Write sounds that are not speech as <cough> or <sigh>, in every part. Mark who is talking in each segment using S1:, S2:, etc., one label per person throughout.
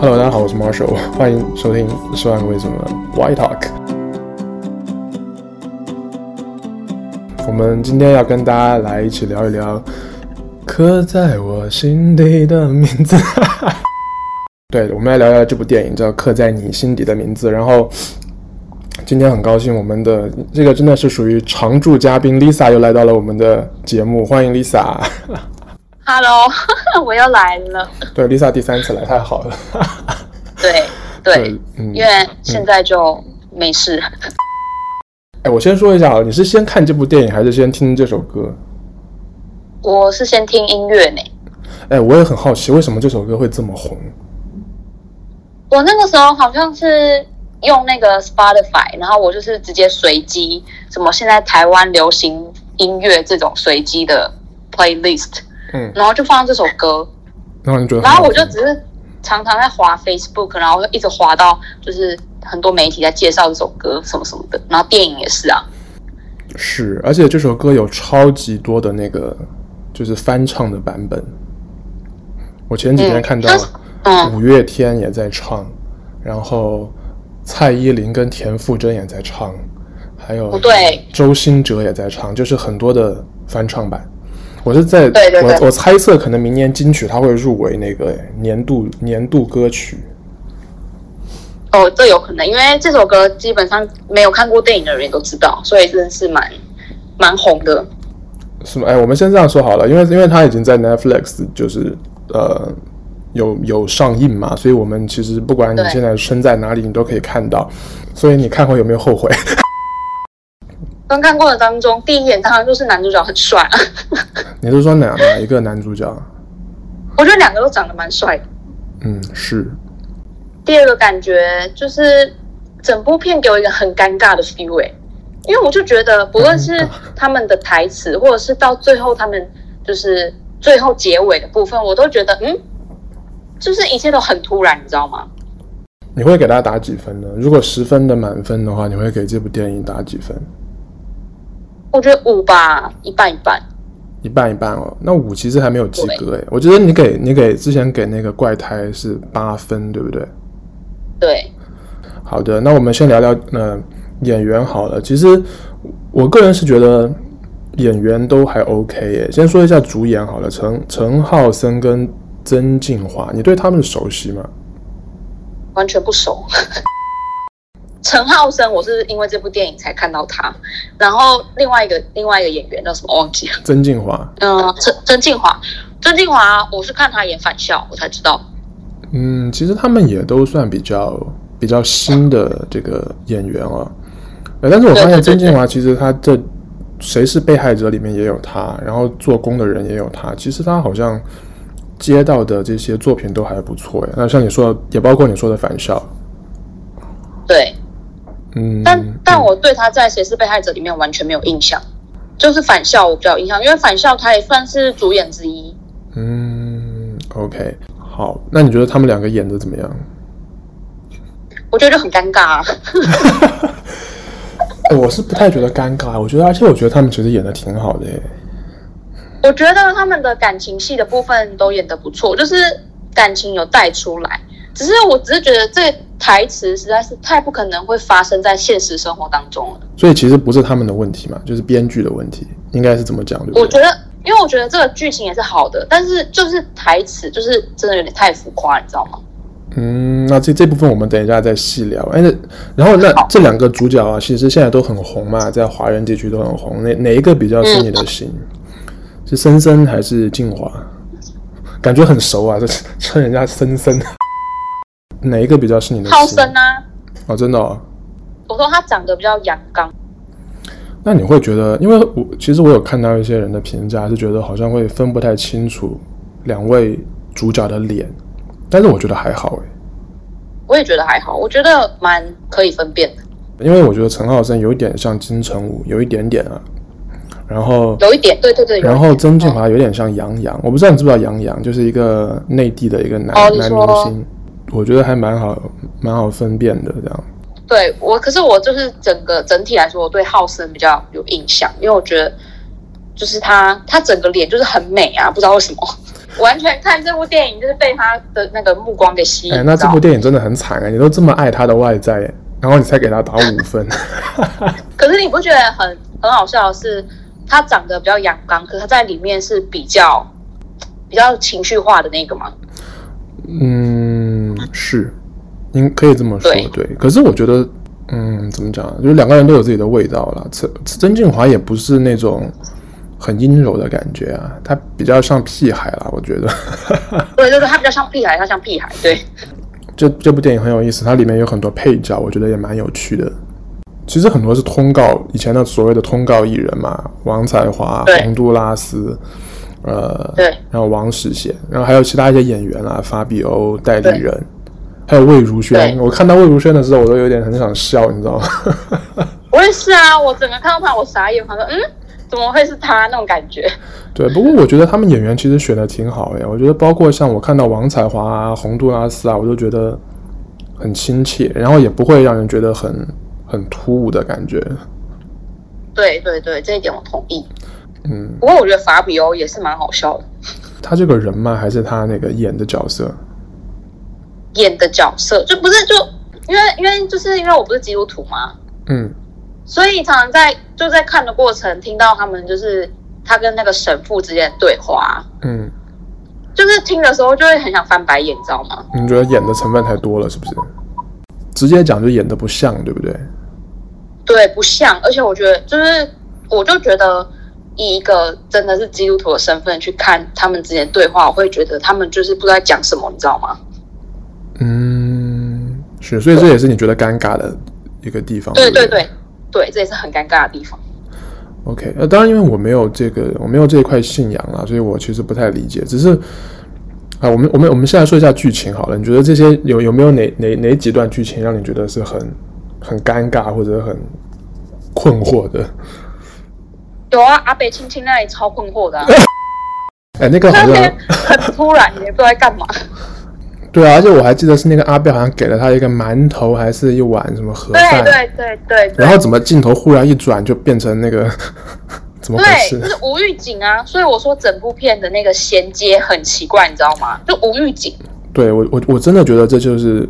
S1: Hello，大家好，我是 Marshall，欢 <laughs> 迎收听《说案为什么 Why Talk》。我们今天要跟大家来一起聊一聊刻在我心底的名字。 <laughs> 对，我们来聊聊这部电影，叫《刻在你心底的名字》。然后今天很高兴，我们的这个真的是属于常驻嘉宾 Lisa 又来到了我们的节目，欢迎 Lisa。 <laughs>
S2: Hello，我 <laughs> 又来了。
S1: 对，Lisa 第三次来，太好了。 <laughs>
S2: 对对，
S1: 嗯
S2: 因为现在就没事。
S1: 哎，我先说一下啊，你是先看这部电影，还是先听这首歌？
S2: 我是先听音乐呢。
S1: 哎，我也很好奇，为什么这首歌会这么红？
S2: 我那个时候好像是用那个 Spotify，然后我就是直接随机，什么现在台湾流行音乐这种随机的 playlist，
S1: 嗯，
S2: 然后就放到这首歌，
S1: 然后你觉得很
S2: 然
S1: 好听？
S2: 后我就只是常常在滑 Facebook，然后一直滑到就是很多媒体在介绍这首歌什么什么的，然后电影也是啊。
S1: 是，而且这首歌有超级多的那个就是翻唱的版本。我前几天看到
S2: 嗯但是嗯
S1: 五月天也在唱，然后蔡依林跟田馥甄也在唱，还有
S2: 不哦对
S1: 周兴哲也在唱，就是很多的翻唱版。我是在
S2: 对对对
S1: 我我猜测，可能明年金曲它会入围那个哎年度年度歌曲。
S2: 哦，这有可能，因为这首歌基本上没有看过电影的人也都知道，所以真的是蛮蛮红的。
S1: 是吗？哎，我们先这样说好了，因为因为它已经在 Netflix 就是呃有有上映嘛，所以我们其实不管你
S2: 对
S1: 现在身在哪里，你都可以看到。所以你看后有没有后悔？ <laughs>
S2: 刚看过的当中，第一眼当然就是男主角很帅啊， <laughs>
S1: 你是说哪哪一个男主角？
S2: 我觉得两个都长得蛮帅的。
S1: 嗯，是
S2: 第二个感觉就是整部片给我一个很尴尬的 feel 哎、因为我就觉得不论
S1: 尴
S2: 是
S1: 尬
S2: 他们的台词，或者是到最后他们就是最后结尾的部分，我都觉得嗯，就是一切都很突然，你知道吗？
S1: 你会给他打几分呢？如果十分的满分的话，你会给这部电影打几分？
S2: 我觉得五吧，一半一半。
S1: 一半一半哦，那五其实还没有及格哎，我觉得你给你给之前给那个怪胎是八分，对不对？
S2: 对，
S1: 好的，那我们先聊聊呃演员好了。其实我个人是觉得演员都还 OK 耶。先说一下主演好了，陈陈浩森跟曾静华，你对他们熟悉吗？
S2: 完全不熟。 <laughs> 陈浩生，我是因为这部电影才看到他，然后另外一个另外一个演员叫什么我忘记了，
S1: 曾静华，
S2: 嗯、曾曾静华，曾静华，我是看他演返校我才知道，
S1: 嗯，其实他们也都算比较比较新的这个演员哦。呃，但是我发
S2: 对对
S1: 现
S2: 对
S1: 曾静华其实他这《谁是被害者》里面也有他，然后做工的人也有他。其实他好像接到的这些作品都还不错呀。那像你说的，也包括你说的《返校》，
S2: 对，
S1: 嗯，
S2: 但、但我对他在《谁是被害者》里面完全没有印象，就是返校我比较有印象，因为返校他也算是主演之一，
S1: 嗯，OK，好，那你觉得他们两个演的怎么
S2: <laughs>
S1: 样？ <laughs>
S2: 我觉得就很尴尬、啊，
S1: 呃我是不太觉得尴尬，我觉得，而且我觉得他们其实演的挺好的耶。
S2: 我觉得他们的感情戏的部分都演得不错，就是感情有带出来。只是我只是觉得这台词实在是太不可能会发生在现实生活当中了。
S1: 所以其实不是他们的问题嘛，就是编剧的问题，应该是怎么讲对不对？
S2: 我觉得，因为我觉得这个剧情也是好的，但是就是台词就是真的有点太浮夸，你知道吗？
S1: 嗯，那这这部分我们等一下再细聊。哎，那然后那
S2: 好
S1: 这两个主角啊，其实现在都很红嘛，在华人地区都很红。哪哪一个比较是你的心？
S2: 嗯
S1: 是森森还是静华？感觉很熟啊，这称人家森森。哪一个比较是你的心？
S2: 浩森啊，
S1: 哦，真的哦。
S2: 我说他长得比较阳刚，
S1: 那你会觉得，因为我其实我有看到一些人的评价是觉得好像会分不太清楚两位主角的脸，但是我觉得还好诶。
S2: 我也觉得还好，我觉得蛮可以分辨的，
S1: 因为我觉得陈浩森有一点像金城武，有一点点啊。然后，
S2: 有一点，对对对。有一点
S1: 然后曾俊华有点像杨洋，我不知道你知不知道杨洋，就是一个内地的一个男、
S2: 哦你
S1: 男
S2: 说
S1: 明星，我觉得还蛮好，蛮好分辨的这样。
S2: 对我，可是我就是整个整体来说，我对浩森比较有印象，因为我觉得就是他，他整个脸就是很美啊，不知道为什么。 <laughs> 完全看这部电影就是被他的那个目光给吸引。
S1: 哎，那这部电影真的很惨哎、你都这么爱他的外在、哎然后你才给他打五分，
S2: 可是你不觉得很很好笑的是，他长得比较阳刚，可是他在里面是比较比较情绪化的那个吗？
S1: 嗯，是，您可以这么说，
S2: 对
S1: 对。可是我觉得，嗯，怎么讲啊，就是两个人都有自己的味道啦。曾曾俊华也不是那种很阴柔的感觉啊，他比较像屁孩啦，我觉得。
S2: 对对对，他比较像屁孩，他像屁孩。对，
S1: 这这部电影很有意思，它里面有很多配角，我觉得也蛮有趣的。其实很多是通告以前的所谓的通告艺人嘛，王彩华、
S2: 对
S1: 洪都拉斯，呃，
S2: 对
S1: 然后王世贤，然后还有其他一些演员啊，法比欧、戴立人，还有魏如萱。
S2: 对
S1: 我看到魏如萱的时候，我都有点很想笑，你知道吗？
S2: 我也是啊，我整个看到他，我傻眼，我想说，嗯，怎么会是他那种感觉？
S1: 对，不过我觉得他们演员其实选的挺好诶，我觉得包括像我看到王彩华啊、洪都拉斯啊，我都觉得很亲切，然后也不会让人觉得很很突兀的感觉。
S2: 对对对，这一点我同意。
S1: 嗯，
S2: 不过我觉得法比欧也是蛮好笑的，
S1: 他这个人吗？还是他那个演的角色？
S2: 演的角色就不是就因为因为就是因为我不是基督徒嘛，
S1: 嗯，
S2: 所以常常在就在看的过程听到他们就是他跟那个神父之间的对话，
S1: 嗯，
S2: 就是听的时候就会很想翻白眼，你知道吗？
S1: 你觉得演的成分太多了，是不是？直接讲就演的不像，对不对？
S2: 对，不像，而且我觉得就是我就觉得以一个真的是基督徒的身份去看他们之间的对话，我会觉得他们就是不知道在讲什么，你知道吗？
S1: 嗯，是，所以这也是你觉得尴尬的一个地方。
S2: 对
S1: 对
S2: 对
S1: 不对
S2: 对对，这也是很尴尬的地方。
S1: OK，呃，当然，因为我没有这个，我没有这一块信仰啦，所以我其实不太理解。只是，啊、我们我们我们现在说一下剧情好了。你觉得这些有有没有哪哪哪几段剧情让你觉得是很很尴尬或者很困惑的？
S2: 有啊，阿北亲亲那里超困惑的、啊，
S1: 哎，那个好
S2: 那
S1: 像
S2: 天很突然，也不知道在干嘛。
S1: 对啊，而且我还记得是那个阿贝好像给了他一个馒头，还是一碗什么盒
S2: 对
S1: 饭，
S2: 对对对对
S1: 然。后怎么镜头忽然一转就变成那个 <laughs> 怎么回
S2: 对，就
S1: 事？
S2: 是无预警啊，所以我说整部片的那个衔接很奇怪，你知道吗？就无预警，
S1: 对我我我真的觉得这就是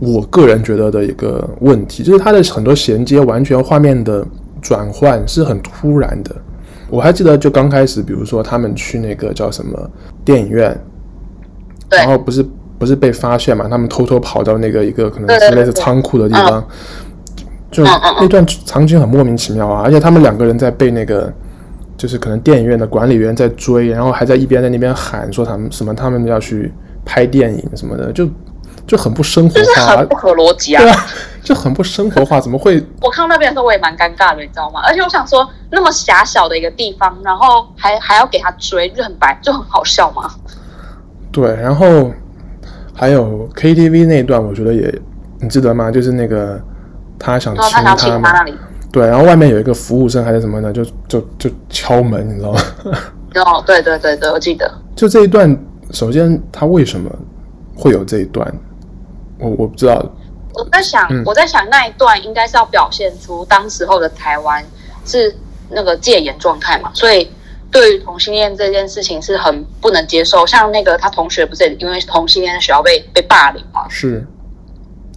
S1: 我个人觉得的一个问题，就是它的很多衔接完全画面的转换是很突然的。我还记得就刚开始，比如说他们去那个叫什么电影院，
S2: 对
S1: 然后不是不是被发现嘛，他们偷偷跑到那个一个可能
S2: 对对
S1: 是
S2: 对
S1: 类似仓库的地方，就
S2: 嗯嗯嗯
S1: 那段场景很莫名其妙啊，而且他们两个人在被那个。就是可能电影院的管理员在追，然后还在一边在那边喊说他们什么他们要去拍电影什么的，就就很不生活
S2: 就是
S1: 化
S2: 很，不合逻辑
S1: <laughs>
S2: 啊
S1: 对。啊，就很不生活化，怎么会
S2: 我看到那边的时候，我也蛮尴尬的，你知道吗？而且我想说，那么狭小的一个地方，然后还还要给他追，就很白，就很好笑嘛。
S1: 对，然后还有 KTV 那一段，我觉得也你记得吗？就是那个他想
S2: 然哦后他
S1: 亲
S2: 想要亲他
S1: 嘛
S2: 那，里，
S1: 对，然后外面有一个服务生还是什么的，就就就敲门，你知道吗？ <laughs>
S2: 然后对对对对，我记得。
S1: 就这一段，首先他为什么会有这一段，我我不知道，
S2: 我在想，
S1: 嗯
S2: 我在想那一段应该是要表现出当时候的台湾是那个戒严状态嘛，所以对于同性恋这件事情是很不能接受。像那个他同学不是也因为同性恋在学校被被霸凌嘛，
S1: 是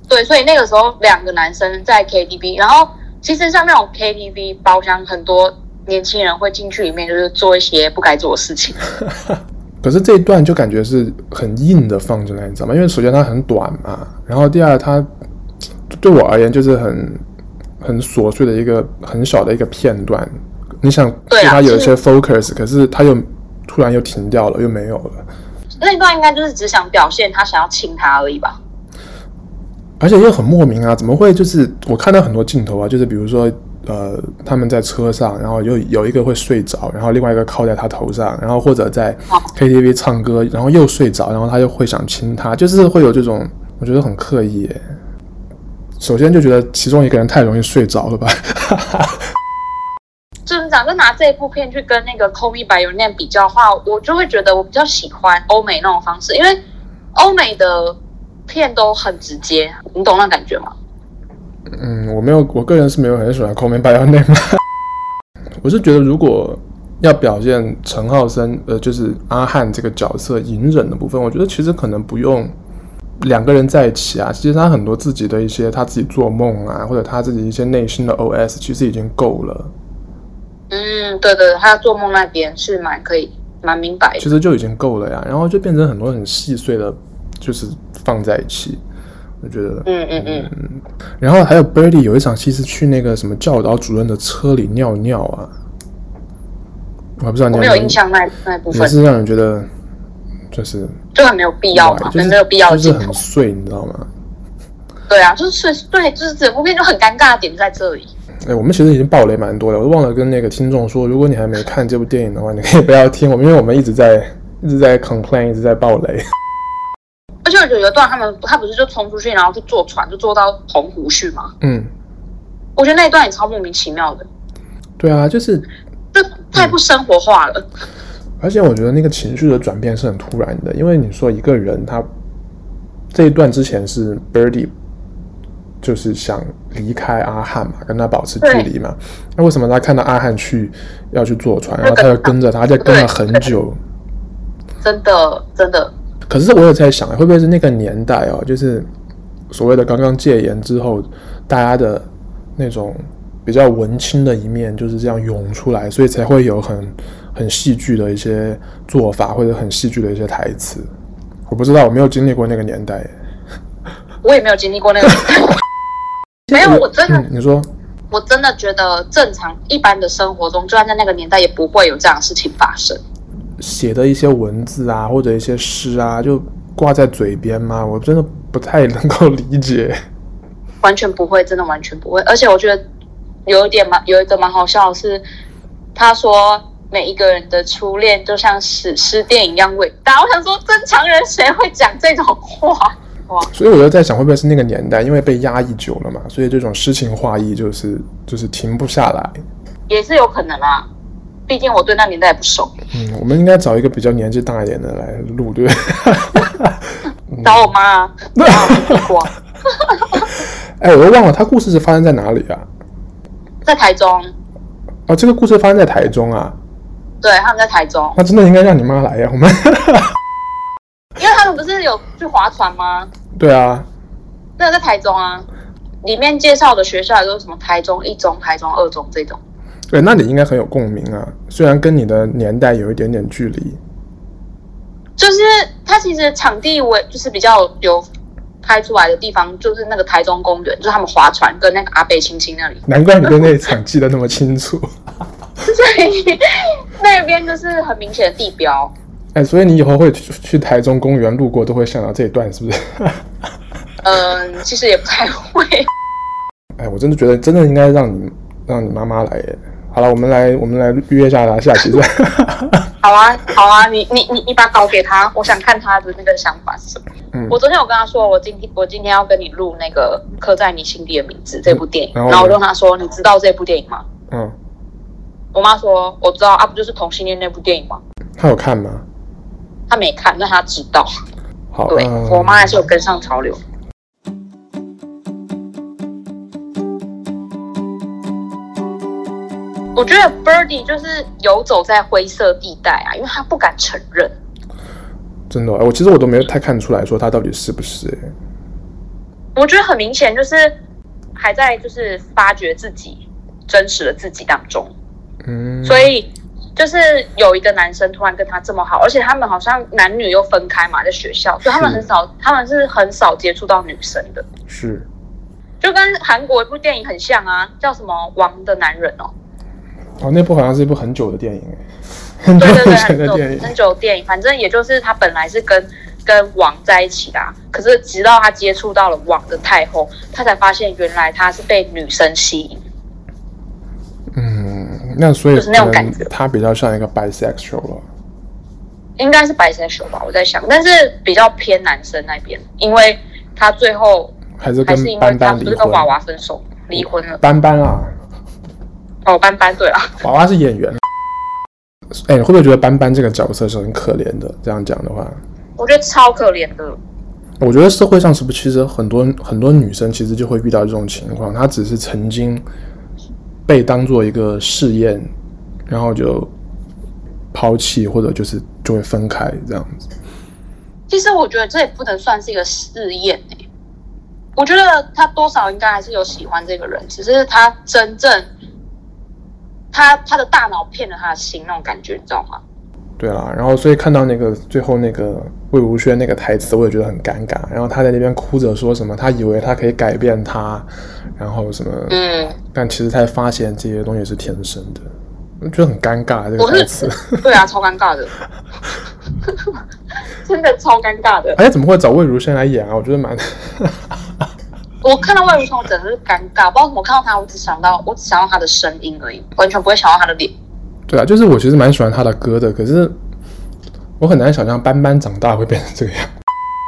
S2: 对，所以那个时候两个男生在 KTV，然后其实像那种 KTV 包厢，很多年轻人会进去里面就是做一些不该做的事情。
S1: 可是这一段就感觉是很硬的放进来，你知道吗？因为首先它很短嘛，然后第二它对我而言就是很很琐碎的一个很小的一个片段。你想
S2: 对啊
S1: 它有一些
S2: 就
S1: focus，可是它又突然又停掉了，又没有了。
S2: 那一段应该就是只想表现他想要亲他而已吧。
S1: 而且也很莫名啊，怎么会就是我看到很多镜头啊，就是比如说呃他们在车上，然后有有一个会睡着，然后另外一个靠在他头上，然后或者在
S2: 哦
S1: KTV 唱歌，然后又睡着，然后他又会想亲他，就是会有这种，我觉得很刻意耶。首先就觉得其中一个人太容易睡着了吧，
S2: 就是讲，就拿这一部片去跟那个《Call Me by Your Name》比较的话，我就会觉得我比较喜欢欧美那种方式，因为欧美的片都很直接，你懂那感觉吗？
S1: <laughs> 嗯，我没有，我个人是没有很喜欢 Call Me By Your Name 我是觉得如果要表现陈浩森，呃，就是阿汉这个角色隐忍的部分，我觉得其实可能不用两个人在一起啊。其实他很多自己的一些他自己做梦啊，或者他自己一些内心的 OS，其实已经够了。
S2: 嗯，对对，他做梦那边是蛮可以，蛮明白的。
S1: 其实就已经够了呀。然后就变成很多很细碎的，就是放在一起。我觉得，
S2: 嗯嗯嗯，
S1: 然后还有 Birdy 有一场戏是去那个什么教导主任的车里尿尿啊，我还不知道你
S2: 我
S1: 有
S2: 没有印，象那那部
S1: 也
S2: 分，
S1: 是让人觉得就是
S2: 就很没有必要嘛，
S1: 就是
S2: 很没有必要的
S1: 就是
S2: 镜头
S1: 很。碎，你知道吗？
S2: 对啊，就是是对，就是整部片就很尴尬的点就在这里。
S1: 哎，我们其实已经爆雷蛮多了，我都忘了跟那个听众说，如果你还没看这部电影的话，你可以不要听我们，因为我们一直在一直在 complain，一直在爆雷。
S2: 而且我觉得有一段他们他不是就冲出去，然后就坐船就坐到澎湖去嘛？
S1: 嗯，
S2: 我觉得那一段也超莫名其妙的，
S1: 对啊，就是，
S2: 就太不生活化了。
S1: 而且我觉得那个情绪的转变是很突然的，因为你说一个人他这一段之前是 Birdy，就是想离开阿汉嘛，跟他保持距离嘛，那为什么他看到阿汉去要去坐船，然后他就跟着他，而且跟了很久。
S2: 真的真的，
S1: 可是我有在想，会不会是那个年代哦，就是所谓的刚刚戒严之后，大家的那种比较文青的一面就是这样涌出来，所以才会有很很戏剧的一些做法，或者很戏剧的一些台词。我不知道，我没有经历过那个年代。
S2: 我也没有经历过那个。没有，我真的
S1: 嗯，你说，
S2: 我真的觉得正常一般的生活中，就算在那个年代，也不会有这样的事情发生。
S1: 写的一些文字啊，或者一些诗啊，就挂在嘴边吗？我真的不太能够理解。
S2: 完全不会，真的完全不会。而且我觉得有一点蛮有一个蛮好笑的是，他说每一个人的初恋就像史诗电影一样伟大。我想说，正常人谁会讲这种话？哇，
S1: 所以我就在想，会不会是那个年代，因为被压抑久了嘛，所以这种诗情画意就是就是停不下来。
S2: 也是有可能啦。毕竟我对那年代也不熟，
S1: 嗯，我们应该找一个比较年纪大一点的来录，对不对？
S2: 找我妈啊，然后我听过，
S1: <laughs> 哎，我都忘了它故事是发生在哪里啊？
S2: 在台中，
S1: 哦，这个故事发生在台中啊，
S2: 对，他们在台中，
S1: 那真的应该让你妈来啊呀、我们 <laughs>
S2: 因为他们不是有去划船吗？
S1: 对啊，
S2: 那个在台中啊，里面介绍的学校也都是什么台中一中、台中二中这种。
S1: 对，那你应该很有共鸣啊，虽然跟你的年代有一点点距离。
S2: 就是它其实场地为就是比较有拍出来的地方，就是那个台中公园，就是他们划船跟那个阿北亲亲那里， <laughs>
S1: 难怪你对那一场记得那么清楚， <laughs>
S2: 所以那边就是很明显的地标。
S1: 哎，所以你以后会去去台中公园路过都会想到这一段，是不是？
S2: 嗯，其实也不太会。
S1: 哎，我真的觉得真的应该让你让你妈妈来耶。好了，我们来我们来约一下啦，下期再。
S2: 好啊，好啊，你你你你把稿给他，我想看他的那个想法是什么。
S1: 嗯
S2: 我昨天有跟他说，我今天我今天要跟你录那个《刻在你心底的名字》这部电影，
S1: 嗯然后呢
S2: 然后我就跟他说，你知道这部电影吗？
S1: 嗯，
S2: 我妈说我知道啊，不就是同性恋那部电影吗？
S1: 她有看吗？
S2: 她没看，但她知道。
S1: 好，
S2: 对、
S1: 嗯
S2: 我妈还是有跟上潮流。我觉得 Birdy 就是游走在灰色地带啊，因为他不敢承认。
S1: 真的，哎我其实我都没有太看出来说她到底是不是。哎
S2: 我觉得很明显就是还在就是发掘自己真实的自己当中，
S1: 嗯，
S2: 所以就是有一个男生突然跟他这么好，而且他们好像男女又分开嘛，在学校，所以他们
S1: 是
S2: 很少，他们是很少接触到女生的。
S1: 是
S2: 就跟韩国一部电影很像啊，叫什么《王的男人》哦，
S1: 哦，那部好像是一部很久的电影， <laughs> 哎很久
S2: 对
S1: <laughs>
S2: 对对，
S1: 以前
S2: 很
S1: 的
S2: 久
S1: 电影。
S2: 很久的电影，反正也就是他本来是跟跟王在一起的、啊，可是直到他接触到了王的太后，他才发现原来他是被女生吸引。
S1: 嗯，那所以
S2: 就是那种
S1: 可能
S2: 感觉
S1: 她比较像一个 bisexual 了。
S2: 应该是白 i 球吧，我在想，但是比较偏男生那边，因为他最后
S1: 还是
S2: 还
S1: 跟
S2: 是因为
S1: 斑
S2: 他
S1: 斑
S2: 不
S1: 离
S2: 是
S1: 婚，
S2: 跟娃娃分手离婚了。
S1: 斑斑啊，
S2: 哦，班班对了，
S1: 娃娃是演员。哎，你会不会觉得斑斑这个角色是很可怜的？这样讲的话，
S2: 我觉得超可怜的。
S1: 我觉得社会上是不是其实很多很多女生其实就会遇到这种情况，她只是曾经被当做一个试验，然后就抛弃，或者就是就会分开这样子。
S2: 其实我觉得这也不能算是一个试验哎、我觉得他多少应该还是有喜欢这个人，只是他真正他他的大脑骗了他的心那种感觉，你知道吗？
S1: 对啦，然后所以看到那个最后那个魏如萱那个台词，我也觉得很尴尬。然后他在那边哭着说什么，他以为他可以改变他，然后什么，
S2: 嗯，
S1: 但其实才发现这些东西是天生的，我觉得很尴尬这个
S2: 我
S1: 台
S2: 是
S1: 词。 <laughs>
S2: 对啊，超尴尬 <laughs> 的，真的超尴尬的。
S1: 哎，怎么会找魏如萱来演啊？我觉得蛮……
S2: 我看到魏如萱，我真的是尴尬，不知道怎么看到他，我只想到我只想到他的声音而已，完全不会想到他的脸。
S1: 对啊，就是我其实蛮喜欢他的歌的，可是我很难想象斑斑长大会变成这个样。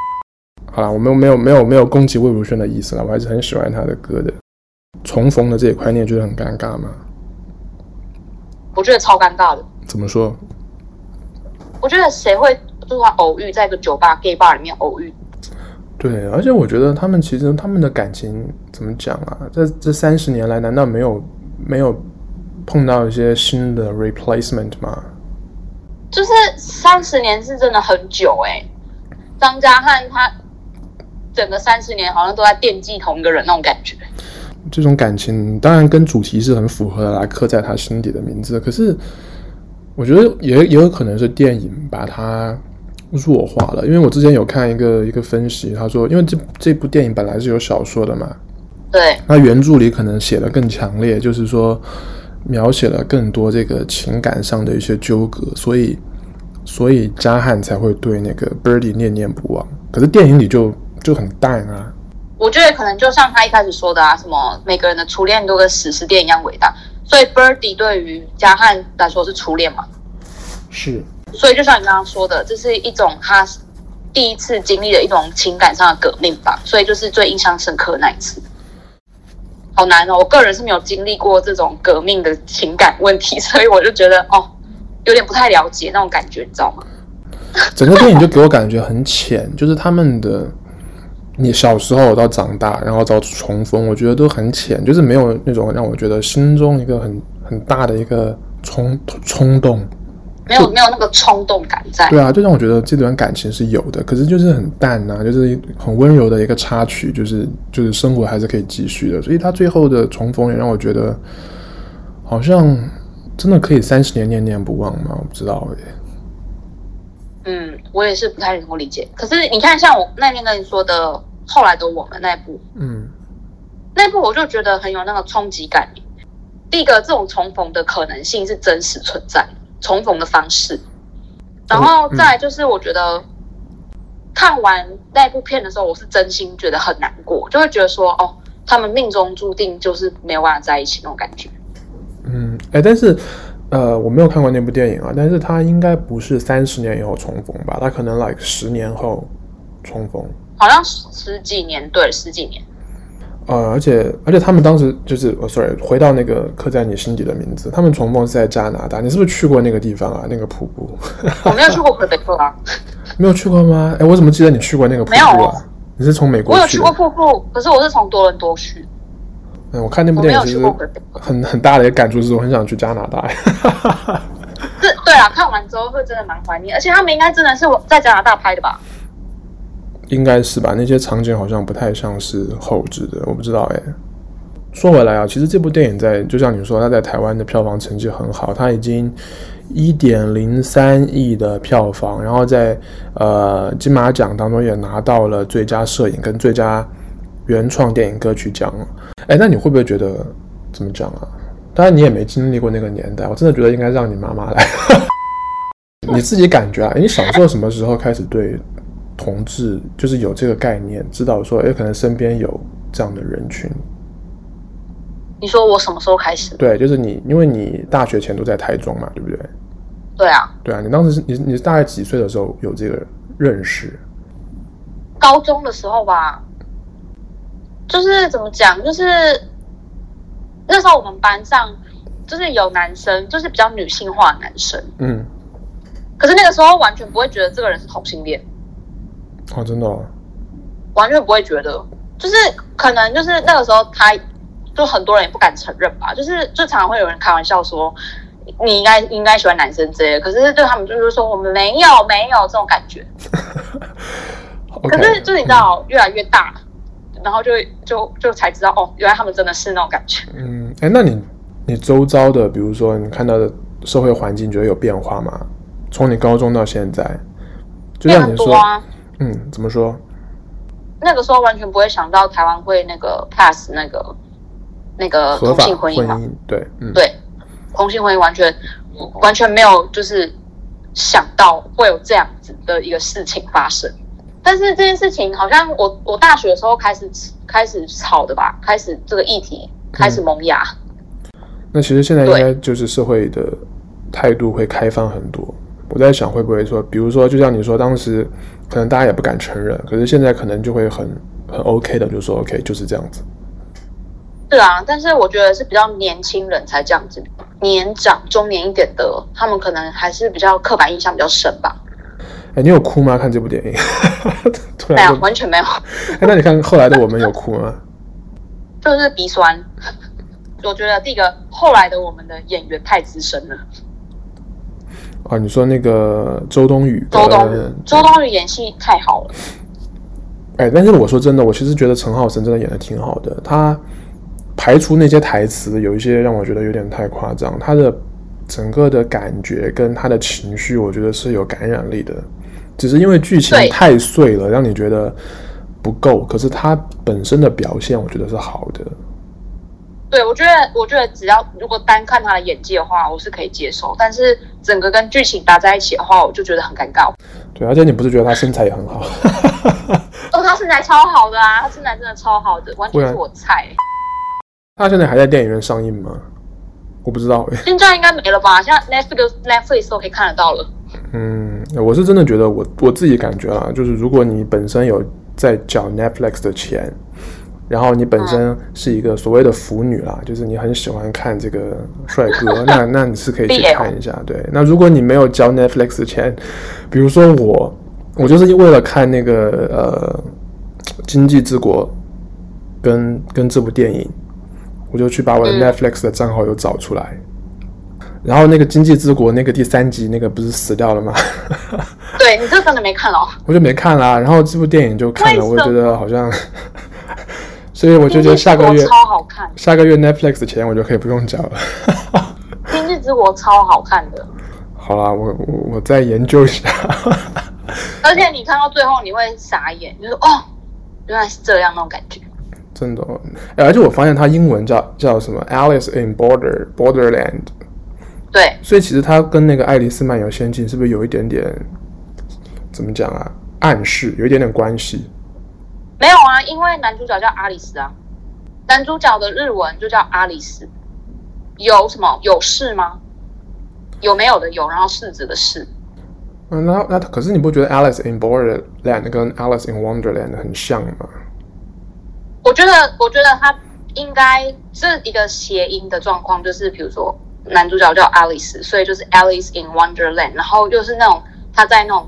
S1: <laughs> 好啦，我们没有没有没有攻击魏如萱的意思啦，我还是很喜欢他的歌的。重逢的这一块，你也觉得很尴尬吗？
S2: 我觉得超尴尬的。
S1: 怎么说？
S2: 我觉得谁会就是他偶遇在一个酒吧、gay bar 里面偶遇？
S1: 对，而且我觉得他们其实他们的感情怎么讲啊？这这三十年来，难道没有没有碰到一些新的 replacement 吗？
S2: 就是三十年是真的很久哎、张家汉他整个三十年好像都在惦记同一个人那种感觉。
S1: 这种感情当然跟主题是很符合的啦，刻在他心底的名字。可是我觉得也也有可能是电影把它弱化了，因为我之前有看一个一个分析，他说，因为这这部电影本来是有小说的嘛，
S2: 对，
S1: 那原著里可能写的更强烈，就是说描写了更多这个情感上的一些纠葛，所以所以加汉才会对那个 Birdy 念念不忘。可是电影里就就很淡啊，
S2: 我觉得可能就像他一开始说的啊，什么每个人的初恋都跟史诗恋一样伟大，所以 Birdy 对于家汉来说是初恋嘛。
S1: 是
S2: 所以就像你刚刚说的，这是一种他第一次经历的一种情感上的革命吧，所以就是最印象深刻那一次。好难哦，我个人是没有经历过这种革命的情感问题，所以我就觉得哦，有点不太了解那种感觉，你知道吗？
S1: 整个电影就给我感觉很浅， <laughs> 就是他们的你小时候到长大，然后到重逢，我觉得都很浅，就是没有那种让我觉得心中一个很很大的一个冲冲动。
S2: 没有没有那个冲动感在。
S1: 对啊，就让我觉得这段感情是有的，可是就是很淡呐、就是很温柔的一个插曲，就是就是生活还是可以继续的。所以他最后的重逢也让我觉得，好像真的可以三十年念念不忘吗？我不知道欸耶。
S2: 嗯，我也是不太能够理解。可是你看，像我那天跟你说的《后来的我们》那一部，
S1: 嗯，
S2: 那一部我就觉得很有那个冲击感。第一个，这种重逢的可能性是真实存在，重逢的方式。然后再来就是，我觉得、看完那部片的时候，我是真心觉得很难过，就会觉得说，哦，他们命中注定就是没有办法在一起那种感觉。
S1: 嗯，哎，但是，呃，我没有看过那部电影啊，但是它应该不是三十年以后重逢吧？它可能 like 十年后重逢。
S2: 好像十十几年，对，十几年。
S1: 呃，而且而且他们当时就是，哦、s o r r y 回到那个刻在你心底的名字，他们重逢是在加拿大。你是不是去过那个地方啊？那个瀑布 <laughs>
S2: 我没有去过魁北克啊，
S1: 没有去过吗？哎，我怎么记得你去过那个瀑
S2: 没有
S1: 布啊？你是从美国
S2: 我有
S1: 去
S2: 去
S1: 的？
S2: 过瀑布，可是我是从多伦多去，
S1: 嗯，我看那部
S2: 我没
S1: 电影
S2: 有
S1: 其
S2: 去
S1: 实
S2: 过魁北克。
S1: 很很大的一个感触是，我很想去加拿大。
S2: 这对啊，看完之后会真的蛮怀念，而且他们应该真的是我在加拿大拍的吧？
S1: 应该是吧？那些场景好像不太像是后置的，我不知道哎。说回来啊，其实这部电影在就像你说，它在台湾的票房成绩很好，它已经一点零三亿的票房，然后在呃金马奖当中也拿到了最佳摄影跟最佳原创电影歌曲奖了。哎，那你会不会觉得怎么讲啊？当然你也没经历过那个年代，我真的觉得应该让你妈妈来。 <laughs> 你自己感觉啊，你小时候什么时候开始对同志就是有这个概念，知道说，哎，可能身边有这样的人群？
S2: 你说我什么时候开始？
S1: 对，就是你，因为你大学前都在台中嘛，对不对？
S2: 对啊，
S1: 对啊，你当时是你你大概几岁的时候有这个认识？
S2: 高中的时候吧，就是怎么讲，就是那时候我们班上就是有男生，就是比较女性化的男生，
S1: 嗯，
S2: 可是那个时候完全不会觉得这个人是同性恋，
S1: 哦，真的、哦，
S2: 完全不会觉得，就是可能就是那个时候他，就很多人也不敢承认吧，就是就常常会有人开玩笑说，你应该应该喜欢男生之类的，可是对他们就是说我们没有没有这种感觉。
S1: OK，
S2: 可是就是你知道，越来越大，然后就就就才知道哦，原来他们真的是那种感觉。
S1: 嗯，哎，那你你周遭的，比如说你看到的社会环境，你觉得有变化吗？从你高中到现在，就
S2: 变
S1: 像
S2: 很
S1: 你
S2: 多
S1: 说，
S2: 啊。
S1: 嗯，怎么说？
S2: 那个时候完全不会想到台湾会那个 pass 那个那个
S1: 合
S2: 同
S1: 法
S2: 性婚姻嘛，啊
S1: 对，嗯，
S2: 对，同性婚姻完全完全没有就是想到会有这样子的一个事情发生。但是这件事情好像我我大学的时候开始开始吵的吧，开始这个议题开
S1: 嗯
S2: 始萌芽。
S1: 那其实现在应
S2: 对
S1: 该就是社会的态度会开放很多。我在想，会不会说，比如说，就像你说，当时可能大家也不敢承认，可是现在可能就会很很 OK 的，就说 OK 就是这样子。
S2: 是啊，但是我觉得是比较年轻人才这样子，年长中年一点的，他们可能还是比较刻板印象比较深吧。
S1: 哎，你有哭吗？看这部电影， <laughs> 突
S2: 没
S1: 然
S2: 有，
S1: 就，
S2: 完全没有。 <laughs>
S1: 哎，那你看后来的我们有哭吗？
S2: 就是鼻酸。我觉得第一个后来的我们的演员太资深了，
S1: 啊，你说那个周冬雨跟，
S2: 周冬雨，周冬雨演戏太好了，
S1: 哎，但是我说真的，我其实觉得陈浩森真的演的挺好的。他排除那些台词，有一些让我觉得有点太夸张。他的整个的感觉跟他的情绪，我觉得是有感染力的。只是因为剧情
S2: 对
S1: 太碎了，让你觉得不够。可是他本身的表现，我觉得是好的。
S2: 对我觉得，我觉得只要如果单看他的演技的话，我是可以接受，但是整个跟剧情搭在一起的话，我就觉得很尴尬。
S1: 对，而且你不是觉得他身材也很好？ <laughs>
S2: 哦，他身材超好的啊，他身材真的超好的，完全是我菜。
S1: 他现在还在电影院上映吗？我不知道哎。
S2: 现在应该没了吧？现在 Netflix Netflix 都可以看得到了。
S1: 嗯，我是真的觉得我我自己感觉啊，就是如果你本身有在缴 Netflix 的钱，然后你本身是一个所谓的腐女啦，就是你很喜欢看这个帅哥，那那你是可以去
S2: BL
S1: 看一下。对，那如果你没有交 Netflix 的钱，比如说我，我就是为了看那个呃《经济之国》跟跟这部电影，我就去把我的
S2: 嗯
S1: Netflix 的账号又找出来。然后那个《经济之国》那个第三集那个不是死掉了吗？
S2: 对你这真的没看哦，
S1: 我就没看啦。然后这部电影就看了，
S2: 为
S1: 我
S2: 什么
S1: 就觉得好像， <laughs> 所以我就觉
S2: 经济
S1: 得
S2: 之
S1: 下
S2: 国
S1: 个月
S2: 超好看，
S1: 下个月 Netflix 的钱我就可以不用交了。 <laughs>
S2: 经济之国超好看的。
S1: 好啦，我我我再研究一下。 <laughs>
S2: 而且你看到最后你会傻眼，就是哦，原来是这样那种感觉。
S1: 真的哦、哎而且我发现它英文叫叫什么《Alice in Border Borderland》，
S2: 对，
S1: 所以其实它跟那个《爱丽丝漫游仙境》是不是有一点点怎么讲啊？暗示有一点点关系。
S2: 没有啊，因为男主角叫阿里斯啊，男主角的日文就叫阿里斯，有什么有事吗？有没有的有，然后柿子的柿，
S1: 嗯，那那可是你不觉得《Alice in Borderland》跟《Alice in Wonderland》很像吗？
S2: 我觉得，我觉得他应该是一个谐音的状况，就是比如说男主角叫 Alice，所以就是 Alice in Wonderland，然后又是那种他在那种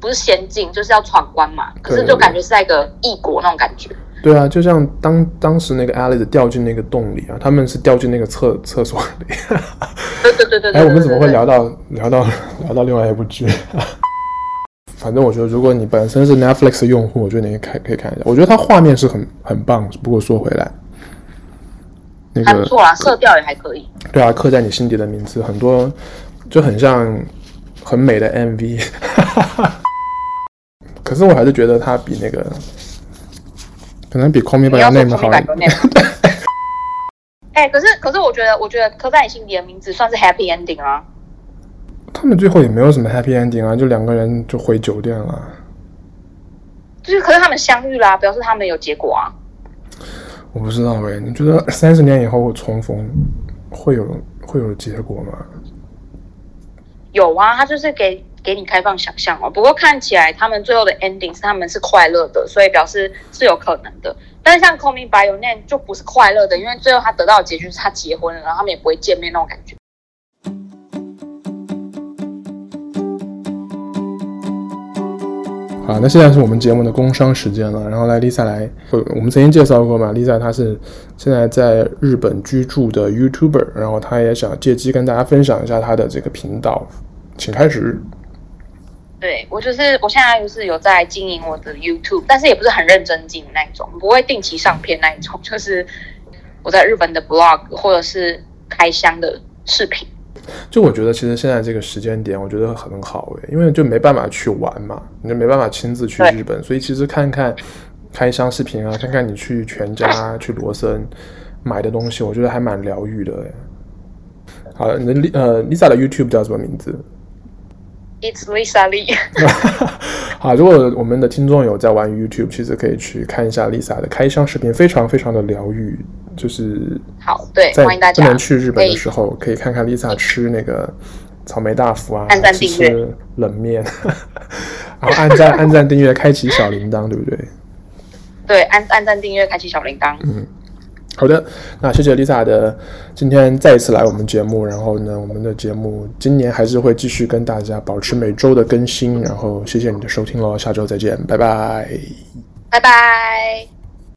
S2: 不是仙境，就是要闯关嘛，可是
S1: 对
S2: 就感觉是在一个异国那种感觉。
S1: 对啊，就像当当时那个 Alice 掉进那个洞里啊，他们是掉进那个厕厕所
S2: <laughs>
S1: 里。
S2: 对对对对对
S1: 哎，
S2: 对
S1: 我们怎么会
S2: 对
S1: 聊到聊到聊到另外一部剧？ <laughs> 反正我觉得，如果你本身是 Netflix 的用户，我觉得你可以看可以看一下。我觉得它画面是很很棒。不过说回来，那
S2: 还不
S1: 个
S2: 错啦，色调也还可以。
S1: 对啊，刻在你心底的名字，很多就很像很美的 MV。可是我还是觉得它比那个，可能比《Call Me
S2: 你
S1: by
S2: 要
S1: Your
S2: 说
S1: Name》
S2: 口
S1: 好
S2: 语
S1: 一
S2: 版
S1: 点
S2: 有。内容。 <laughs> 哎、可是可是我觉得，我觉得刻在你心底的名字算是 happy ending 啊。
S1: 他们最后也没有什么 happy ending 啊，就两个人就回酒店了。
S2: 就是，可是他们相遇啦、表示他们有结果啊。
S1: 我不知道哎，你觉得三十年以后重逢会有会有结果吗？
S2: 有啊，他就是给给你开放想象哦。不过看起来他们最后的 ending 是他们是快乐的，所以表示是有可能的。但是像 Call Me By Your Name 就不是快乐的，因为最后他得到的结局是他结婚了，然后他们也不会见面那种感觉。
S1: 啊，那现在是我们节目的工商时间了，然后来 Lisa 来，我我们曾经介绍过嘛，Lisa 她是现在在日本居住的 YouTuber，然后她也想借机跟大家分享一下她的这个频道，请开始。
S2: 对我就是我现在就是有在经营我的 YouTube，但是也不是很认真经营那一种，不会定期上片那一种，就是我在日本的 blog 或者是开箱的视频。
S1: 就我觉得，其实现在这个时间点，我觉得很好诶，因为就没办法去玩嘛，你就没办法亲自去
S2: 对
S1: 日本，所以其实看看开箱视频啊，看看你去全家、去罗森买的东西，我觉得还蛮疗愈的诶。好，你的 Li- 呃 Lisa 的 YouTube 叫什么名字？ <laughs>
S2: It's Lisa Lee，
S1: 好，如果我们的听众有在玩 YouTube，其实可以去看一下 Lisa 的开箱视频，非常非常的疗愈。就是
S2: 好，对，
S1: 在
S2: 欢迎大
S1: 不
S2: 家
S1: 能去日本
S2: 可
S1: 的
S2: 以
S1: 时候，可以看看 Lisa 吃那个草莓大福啊，
S2: 按赞
S1: 吃
S2: 订阅
S1: 吃冷面， <laughs> 然后按赞按赞订阅，开启小铃铛，对不对？
S2: 哎对按按赞、订阅、开启小铃铛。
S1: 好的，那谢谢 Lisa 的今天再一次来我们节目，然后呢，我们的节目今年还是会继续跟大家保持每周的更新，然后谢谢你的收听喽，下周再见，拜拜。
S2: 拜拜。